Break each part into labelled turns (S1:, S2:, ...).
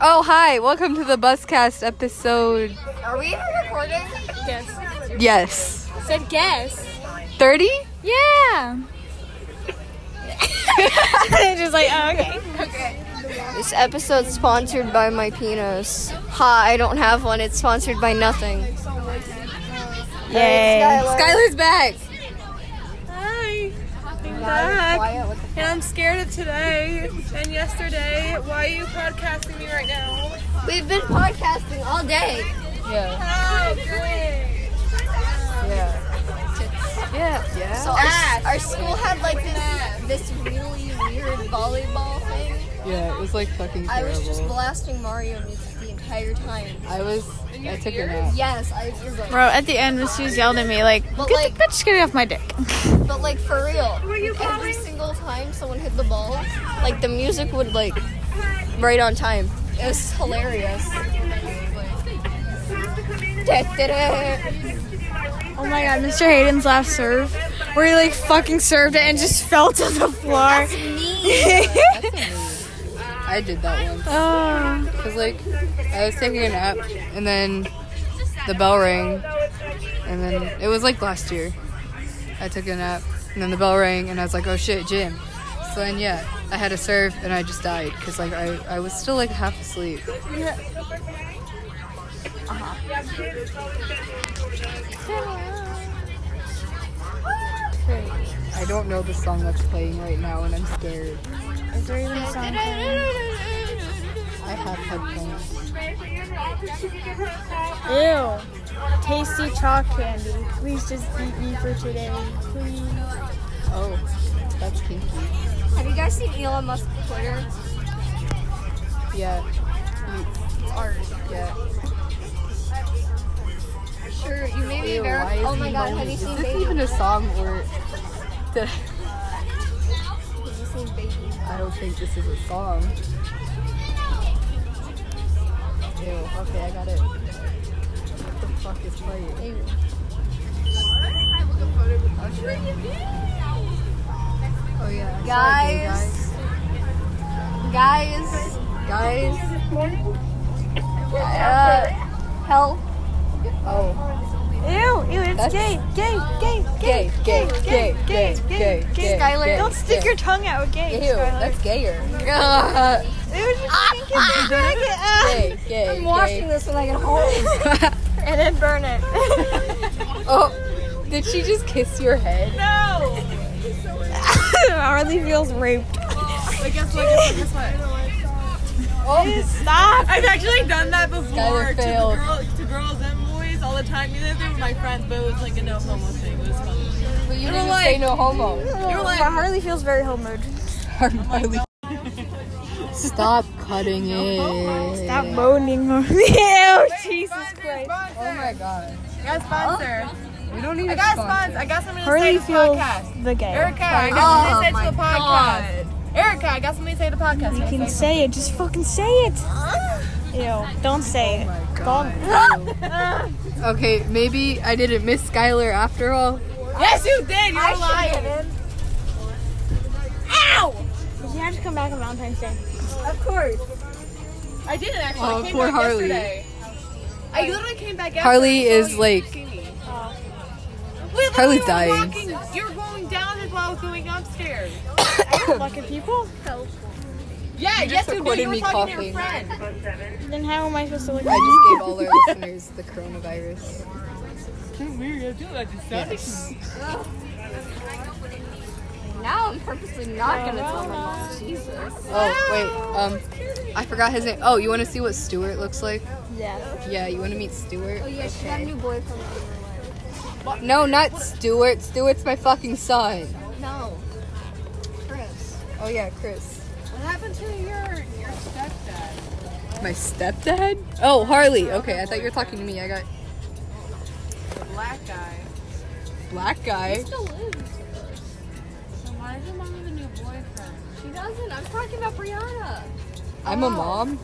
S1: Oh, hi. Welcome to the Buscast episode.
S2: Are we even recording?
S3: Guess.
S1: Yes.
S3: Said guess.
S1: 30?
S3: Yeah. Just like, oh, okay.
S2: This episode's sponsored by my penis. Ha, I don't have one. It's sponsored by nothing.
S3: Yay.
S1: Skylar's back.
S4: Hi. I'm back. And I'm scared of today and yesterday. Why are you podcasting me right now?
S2: We've been podcasting all day.
S4: Oh, great.
S1: Yeah. Yeah.
S2: So our, our school had like this this really weird volleyball thing.
S1: Yeah, it was like fucking
S2: I
S1: terrible.
S2: was just blasting Mario music the entire time.
S1: I was. I took a nap.
S2: Yes, I was like,
S3: Bro, at the end, Miss Suze yelled at me, like,
S2: But,
S3: get
S2: like-
S3: the bitch, get it off my dick.
S2: but like for real. every single time someone hit the ball, like the music would like right on time. It was hilarious.
S3: Oh my god, Mr. Hayden's last serve, where he, like, fucking served it and just fell to the floor.
S1: I did that once.
S3: oh.
S1: Cause like, I was taking a nap and then the bell rang, and then it was like last year. I took a nap and then the bell rang and I was like, oh shit, gym. So then yeah, I had a serve and I just died because like I I was still like half asleep. Uh-huh. I don't know the song that's playing right now and I'm scared.
S3: Is there even a song playing?
S1: I have headphones.
S3: Ew. Tasty chalk candy. Please just beat me for today. Please.
S1: Oh, that's kinky.
S2: Have you guys seen Elon Musk Twitter?
S1: Yeah.
S2: Art.
S1: Yeah.
S2: Sure, you may be
S1: Ew, why
S2: very.
S1: is
S2: Oh
S1: he
S2: my god, have
S1: moaning?
S2: you
S1: Is
S2: seen
S1: this
S2: Baby?
S1: even a song or did
S2: Have you seen Baby?
S1: I don't think this is a song. Ew, okay, I got it. What the fuck is playing?
S2: Ew.
S1: Oh yeah.
S2: Guys. Guys. Guys. Uh, help.
S1: Oh.
S4: Ew, ew, it's
S1: That's-
S4: gay, gay, gay,
S1: Gay, gay, gay, gay, gay, gay.
S2: Skylar,
S1: gay,
S4: Don't stick
S1: gay.
S4: your tongue out, gay.
S1: Ew,
S4: Skylar.
S1: that's gayer. Ugh.
S4: Ew, just
S3: Ah,
S4: think it's gay.
S1: gay, gay.
S2: I'm washing this when I get home.
S1: gay.
S3: ah.
S4: And then burn it.
S1: oh, did she just kiss your head?
S4: No. Arlie feels raped. Wait, guess what? Guess what? Guess what?
S1: Oh,
S4: Stop! I've actually done that before
S1: Skylar
S4: to, the
S1: failed.
S4: girl, to girls and boys all the time. You know, they were my friends, but it was like a no homo thing. It was fun.
S1: but you didn't say no homo.
S4: You were like,
S3: Oh, But Harley feels very homoed.
S1: Stop cutting it.
S4: Oh
S3: Stop moaning, Harley. Ew, Jesus Christ.
S1: Oh my god.
S4: I got sponsor.
S1: We don't need
S4: I
S1: a
S4: got
S1: sponsor.
S4: sponsor. I got something to say
S3: Harley
S4: to the podcast.
S3: feels the gay.
S4: Erica, I got something to say to the
S1: Oh
S4: podcast. Erica, I got something to say to the podcast.
S3: Oh You can say it. Just fucking say it. Ew, don't say it.
S1: my
S3: Don't-
S1: Okay, maybe I didn't miss Skylar after all.
S4: Yes, you did. You're lying.
S3: You have to come back on Valentine's Day.
S4: I didn't actually.
S1: Oh,
S4: I came
S1: poor
S4: back
S1: Harley.
S4: yesterday. I literally came back. After
S1: Harley
S4: I saw
S1: is
S4: you
S1: like-
S4: see me. We literally
S1: Harley's
S4: were
S1: dying.
S4: walking- you were going down as well I was going upstairs.
S3: Lucky people?
S4: Yeah, yes, you did.
S1: recorded
S4: You were
S1: me
S4: talking to
S1: coughing.
S4: your friend.
S3: Then how am I supposed to look
S1: I
S3: at you?
S1: just gave all our listeners the coronavirus.
S2: Now I'm purposely not gonna tell my mom. Jesus.
S1: Oh wait, um, I forgot his name. Oh, you want to see what Stuart looks like?
S3: Yeah.
S1: Yeah, you want to meet Stuart?
S2: Oh, Yeah, she got a new boyfriend.
S1: No, not Stuart. Stuart's my fucking son.
S2: No. Chris.
S1: Oh yeah, Chris.
S4: What happened to your your stepdad?
S1: My stepdad? Oh, Harley. Okay, I thought you were talking to me. I got
S4: The black guy.
S1: black guy.
S2: Still lives.
S4: So why is your mom have a new boyfriend?
S2: She doesn't. I'm talking about Brianna.
S1: I'm a mom.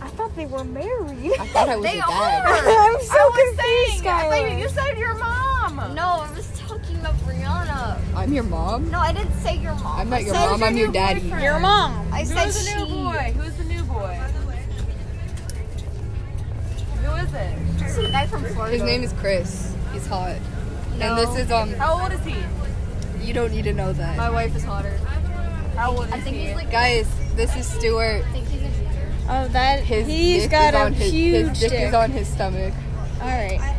S3: I thought they were married.
S1: I thought I was a
S2: They
S1: dad.
S2: are.
S3: I'm so
S4: Saying,
S3: confused,
S4: I thought
S3: Skylar.
S4: you said your mom.
S2: No, I was talking about Brianna.
S1: I'm your mom.
S2: No, I didn't say your mom.
S1: I'm not your
S4: So is
S1: mom.
S4: your
S1: I'm your
S4: new
S1: daddy.
S4: boyfriend.
S3: Your mom.
S2: I said
S4: Who's the
S2: she.
S4: new boy? Who's the new boy? is it?
S2: Some guy from Florida.
S1: His name is Chris. He's hot. And this is um.
S4: How old is he?
S1: You don't need to know that,
S2: My wife is hotter.
S4: How old is
S2: I think
S4: he?
S2: he's like.
S1: guys. This is Stuart.
S2: I think he's a junior.
S3: Oh, that
S1: His
S3: he's
S1: dick
S3: got
S1: is
S3: a
S1: on his,
S3: huge
S1: his dick,
S3: dick.
S1: is on his stomach.
S3: All right.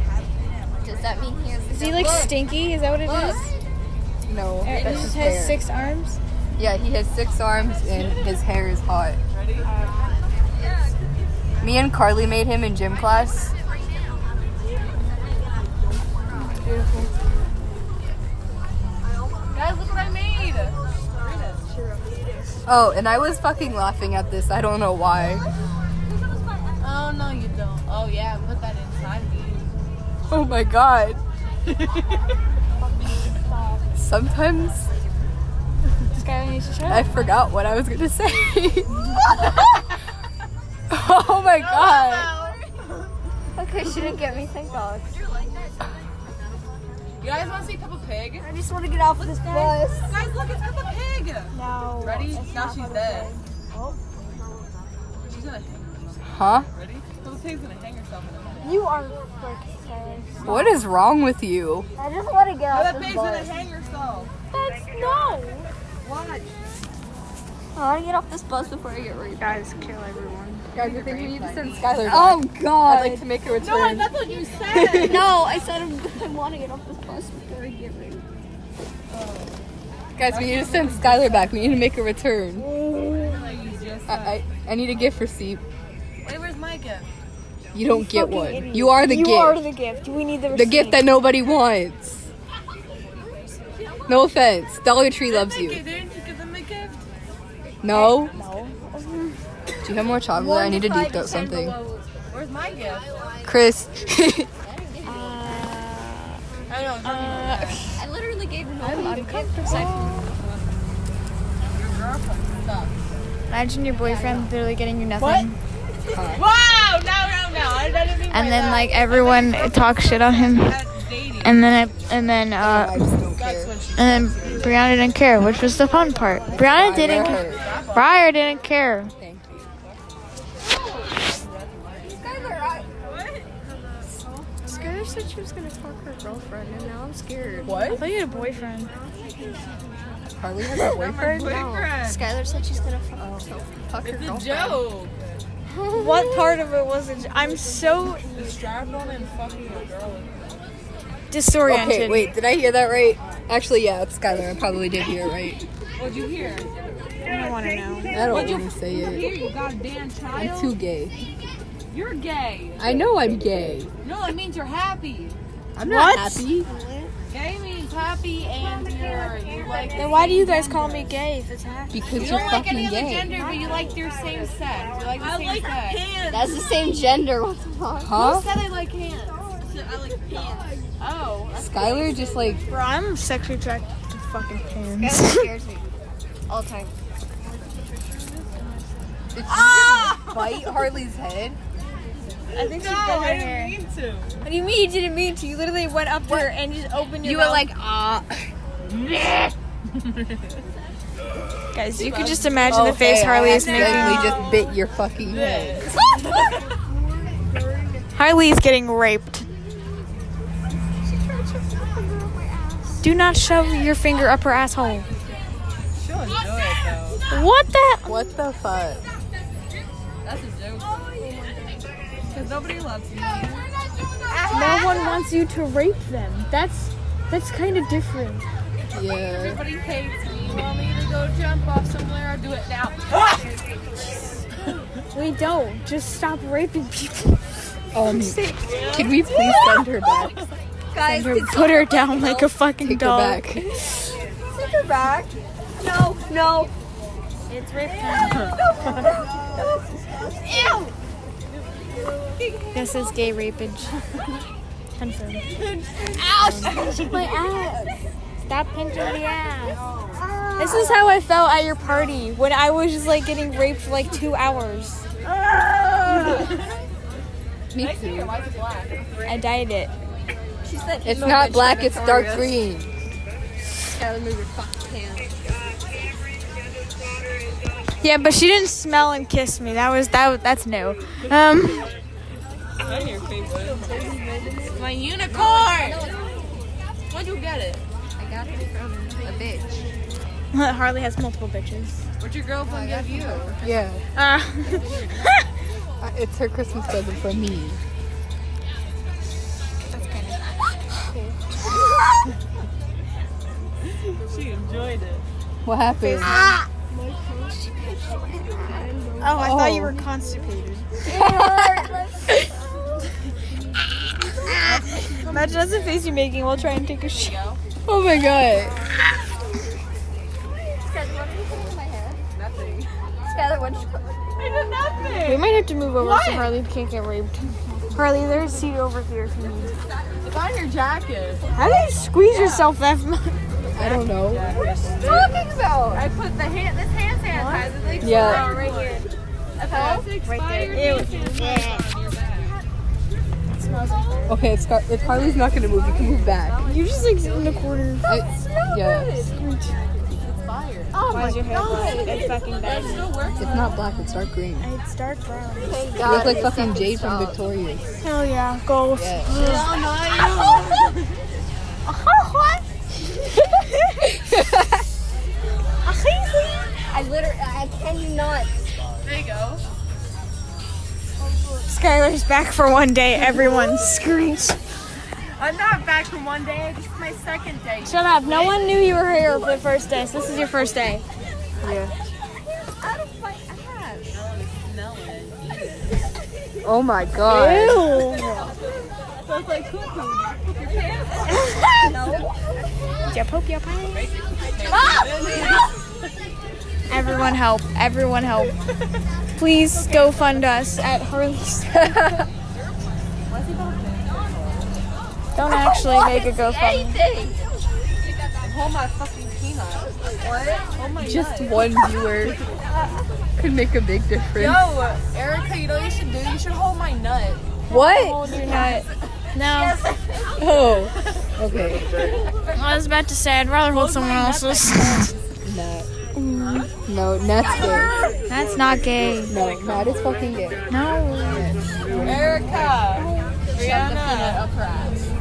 S2: Does that mean he has?
S3: Is he like
S2: Look,
S3: stinky? Is that what it is?
S2: look.
S1: No,
S3: Alright,
S1: that's
S3: he
S1: his
S3: just
S1: hair.
S3: has six arms.
S1: Yeah, he has six arms and his hair is hot. Me and Carly made him in gym class.
S4: Guys, look what I made.
S1: Oh, and I was fucking laughing at this. I don't know why.
S4: Oh no, you don't. Oh yeah, put that inside me.
S1: Oh my god. Sometimes
S3: Skylar needs to try.
S1: I forgot what I was gonna say. oh my god.
S2: Okay, she didn't get me. Thank God.
S4: You guys want to see Peppa Pig?
S2: I just want to get off of this bus.
S4: Guys, look, it's Peppa Pig. No. Ready? Now she's dead. She's gonna hang.
S1: Huh?
S4: Ready? Peppa Pig's gonna hang herself in a minute.
S5: You are like Skylar.
S1: What is wrong with you?
S5: I just want to get off
S4: Peppa
S5: this
S4: Pig's
S5: bus.
S4: gonna hang herself.
S5: That's no.
S4: Watch.
S2: I want to get off this bus before I get raped.
S3: Guys, kill everyone.
S1: Guys, I think we need to send Skylar
S2: Oh
S1: I'd
S2: God.
S1: like to make a return.
S4: No, that's what you said.
S2: no, I said I want to get off this bus before I get raped.
S1: Guys, we need to send Skylar back. We need to make a return.
S4: you just
S1: I, I, I need a gift receipt.
S4: Wait, where's Micah?
S1: You don't get one. You are the
S5: you
S1: gift.
S5: are the gift. We need the
S1: the
S5: receipt.
S1: gift that nobody wants. No offense. Dollar Tree loves you.
S4: Didn't you give them a gift?
S1: No? No. Do you have more chocolate? I need to deep throat something.
S4: Where's my gift?
S1: Chris.
S4: I know.
S2: I literally gave him a
S4: Your girlfriend sucks.
S3: Imagine your boyfriend literally getting you nothing,
S4: Wow! No, no, no. I didn't mean
S3: and then like everyone talks shit on him,
S4: that's dating.
S3: and then I, and then uh
S1: I just don't care.
S4: That's when she.
S3: and then Brianna didn't care, which was the fun part. Brianna didn't.
S1: Hurt.
S3: Briar didn't care.
S1: Thank you.
S2: Skylar said she was gonna fuck her girlfriend, and now I'm scared.
S3: I thought you had a boyfriend.
S1: Carly has a boyfriend?
S4: Boyfriend.
S2: Skylar said she's gonna fuck herself. Fuck her girlfriend.
S4: Joe.
S3: What part of it was it? I'm so
S4: The strap on and fucking your girl.
S3: disoriented.
S1: Okay, wait, did I hear that right? Actually, yeah, it's Skylar. I probably did hear it right.
S4: What'd you hear?
S3: I don't want to know.
S1: I don't want to say it.
S4: you goddamn child.
S1: I'm too gay.
S4: You're gay.
S1: I know I'm gay.
S4: No, it means you're happy.
S1: I'm not
S3: What?
S1: happy.
S4: Gay means happy and you're you like
S3: Then why do you guys call me gay if it's happening?
S1: Because
S4: you
S1: you're
S4: don't like
S1: fucking
S4: any other
S1: gay.
S4: gender, but you like their same sex. You like the same sex.
S2: That's the same gender. What the fuck?
S1: Huh?
S4: I like hands. I like pants. Oh,
S1: Skylar just like
S3: Bro, I'm sexually attracted to fucking pants.
S2: Skylar scares me all the time.
S1: Did she
S4: Ah!
S1: just bite Harley's head?
S3: I think she
S4: no, I didn't mean to.
S3: What do you mean you didn't mean to? You literally went up to her and just opened your. You were like,
S1: ah.
S3: guys, you could just imagine the face Harley is making.
S1: Then we just bit your fucking head.
S3: Harley is getting raped. Do not shove your finger up her asshole.
S4: She'll enjoy it though.
S3: What the?
S1: What the fuck?
S4: That's a joke. Because nobody loves you.
S3: No one wants you to rape them. That's that's kind of different.
S1: Yeah.
S4: Everybody hates me. You want me to go jump off somewhere? I'll do it now.
S3: We don't. Just stop raping people.
S1: Um, can we please send her back?
S2: Guys, take
S3: Put her down like a fucking
S1: Take her
S3: dog.
S1: back.
S2: her back. No, no.
S3: This is gay rapage. Confirmed. Ow! my ass. Stop pinching the ass. This is how I felt at your party when I was just like getting raped for like two hours.
S1: Me too.
S3: I dyed it.
S2: She said
S1: It's not black, it's dark green.
S2: Skylar, move your fucking pants.
S3: Yeah, but she didn't smell and kiss me. That was that. That's new. Um,
S4: I'm your favorite. My unicorn. Where'd you get it?
S1: I got it from a bitch.
S3: Harley has multiple bitches.
S4: What'd your girlfriend give you?
S1: Yeah,
S3: Uh,
S1: I- it's her Christmas present for me.
S4: She enjoyed it.
S1: What happened?
S3: oh, I thought you were constipated. Imagine that's the face you're making while trying to take a shit.
S1: Oh my god.
S2: Skylar, what did you put in my hair?
S4: Nothing.
S2: Skylar, what did you put?
S4: I did nothing.
S3: We might have to move over so Harley can't get raped. Harley, there's a seat over here if you need.
S4: It's on your jacket.
S3: How do you squeeze yourself that much?
S1: I don't know.
S2: Talking about.
S4: I put the hand, this hand sanitizer like
S1: Yeah.
S4: right here. A past expired hand sanitizer on your back.
S1: Okay, it's Scar- if Harley's not gonna move, you can move back.
S3: You just like sit in a corner.
S1: I- yeah,
S3: Oh Why my is your hair black? It's fucking bad.
S1: it's not black. It's dark green. You
S3: It's dark brown.
S2: Thank
S1: look
S2: God.
S1: like fucking Jade from Victorious.
S3: Hell yeah, goals.
S1: Yeah.
S2: I literally, I cannot.
S4: There you go.
S3: Skylar's back for one day. Everyone screams.
S4: I'm not back from one day. This is my second day.
S3: Shut up. No one knew you were here for the first day. So this is your first day.
S1: Oh my god.
S3: Ew.
S4: Smells like cuckoo.
S3: Your poop, your pie. Everyone help. Everyone help. Please go fund us at Harley's. Don't actually make a GoFundMe.
S4: Hold my fucking peanut. What? Oh my
S1: Just one viewer could make a big difference.
S4: Yo, Erica, you know what you should do? You should hold my nut.
S1: What?
S3: Hold your nut. No,
S1: Oh. Okay.
S3: I was about to say I'd rather hold someone else's.
S1: Not. No, that's good.
S3: That's not gay.
S1: No, not as fucking gay.
S3: No.
S4: Erica. Brianna.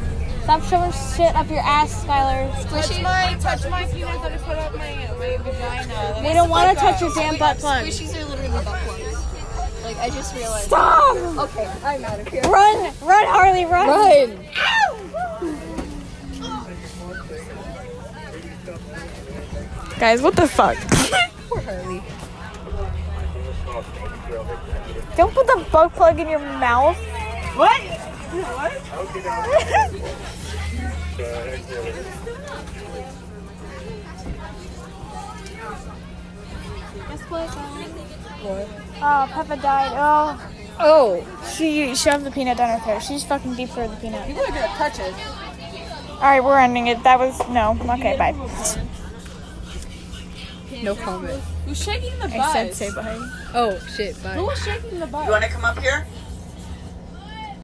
S3: Stop shoving shit up your ass, Skylar.
S4: Touch my, touch my peanut that I put up my, my vagina.
S3: We don't want to touch your damn butt plug.
S2: Squishies are literally butt plugs. Like, I just realized.
S3: Stop!
S2: Okay, I'm out of here.
S3: Run, run, Harley, run.
S1: Run!
S3: Guys, what the fuck?
S1: Poor Harley.
S3: Don't put the butt plug in your mouth. What? Oh, Peppa died. Oh,
S1: Oh.
S3: she shoved the peanut down her throat. She's fucking deep throated the peanut.
S4: People are gonna touch it.
S3: All right, we're ending it. That was no. Okay, bye.
S1: No comment.
S4: Who's shaking the butt?
S3: I said say bye.
S1: Oh shit. Bye.
S4: Who was shaking the butt?
S6: You want to come up here?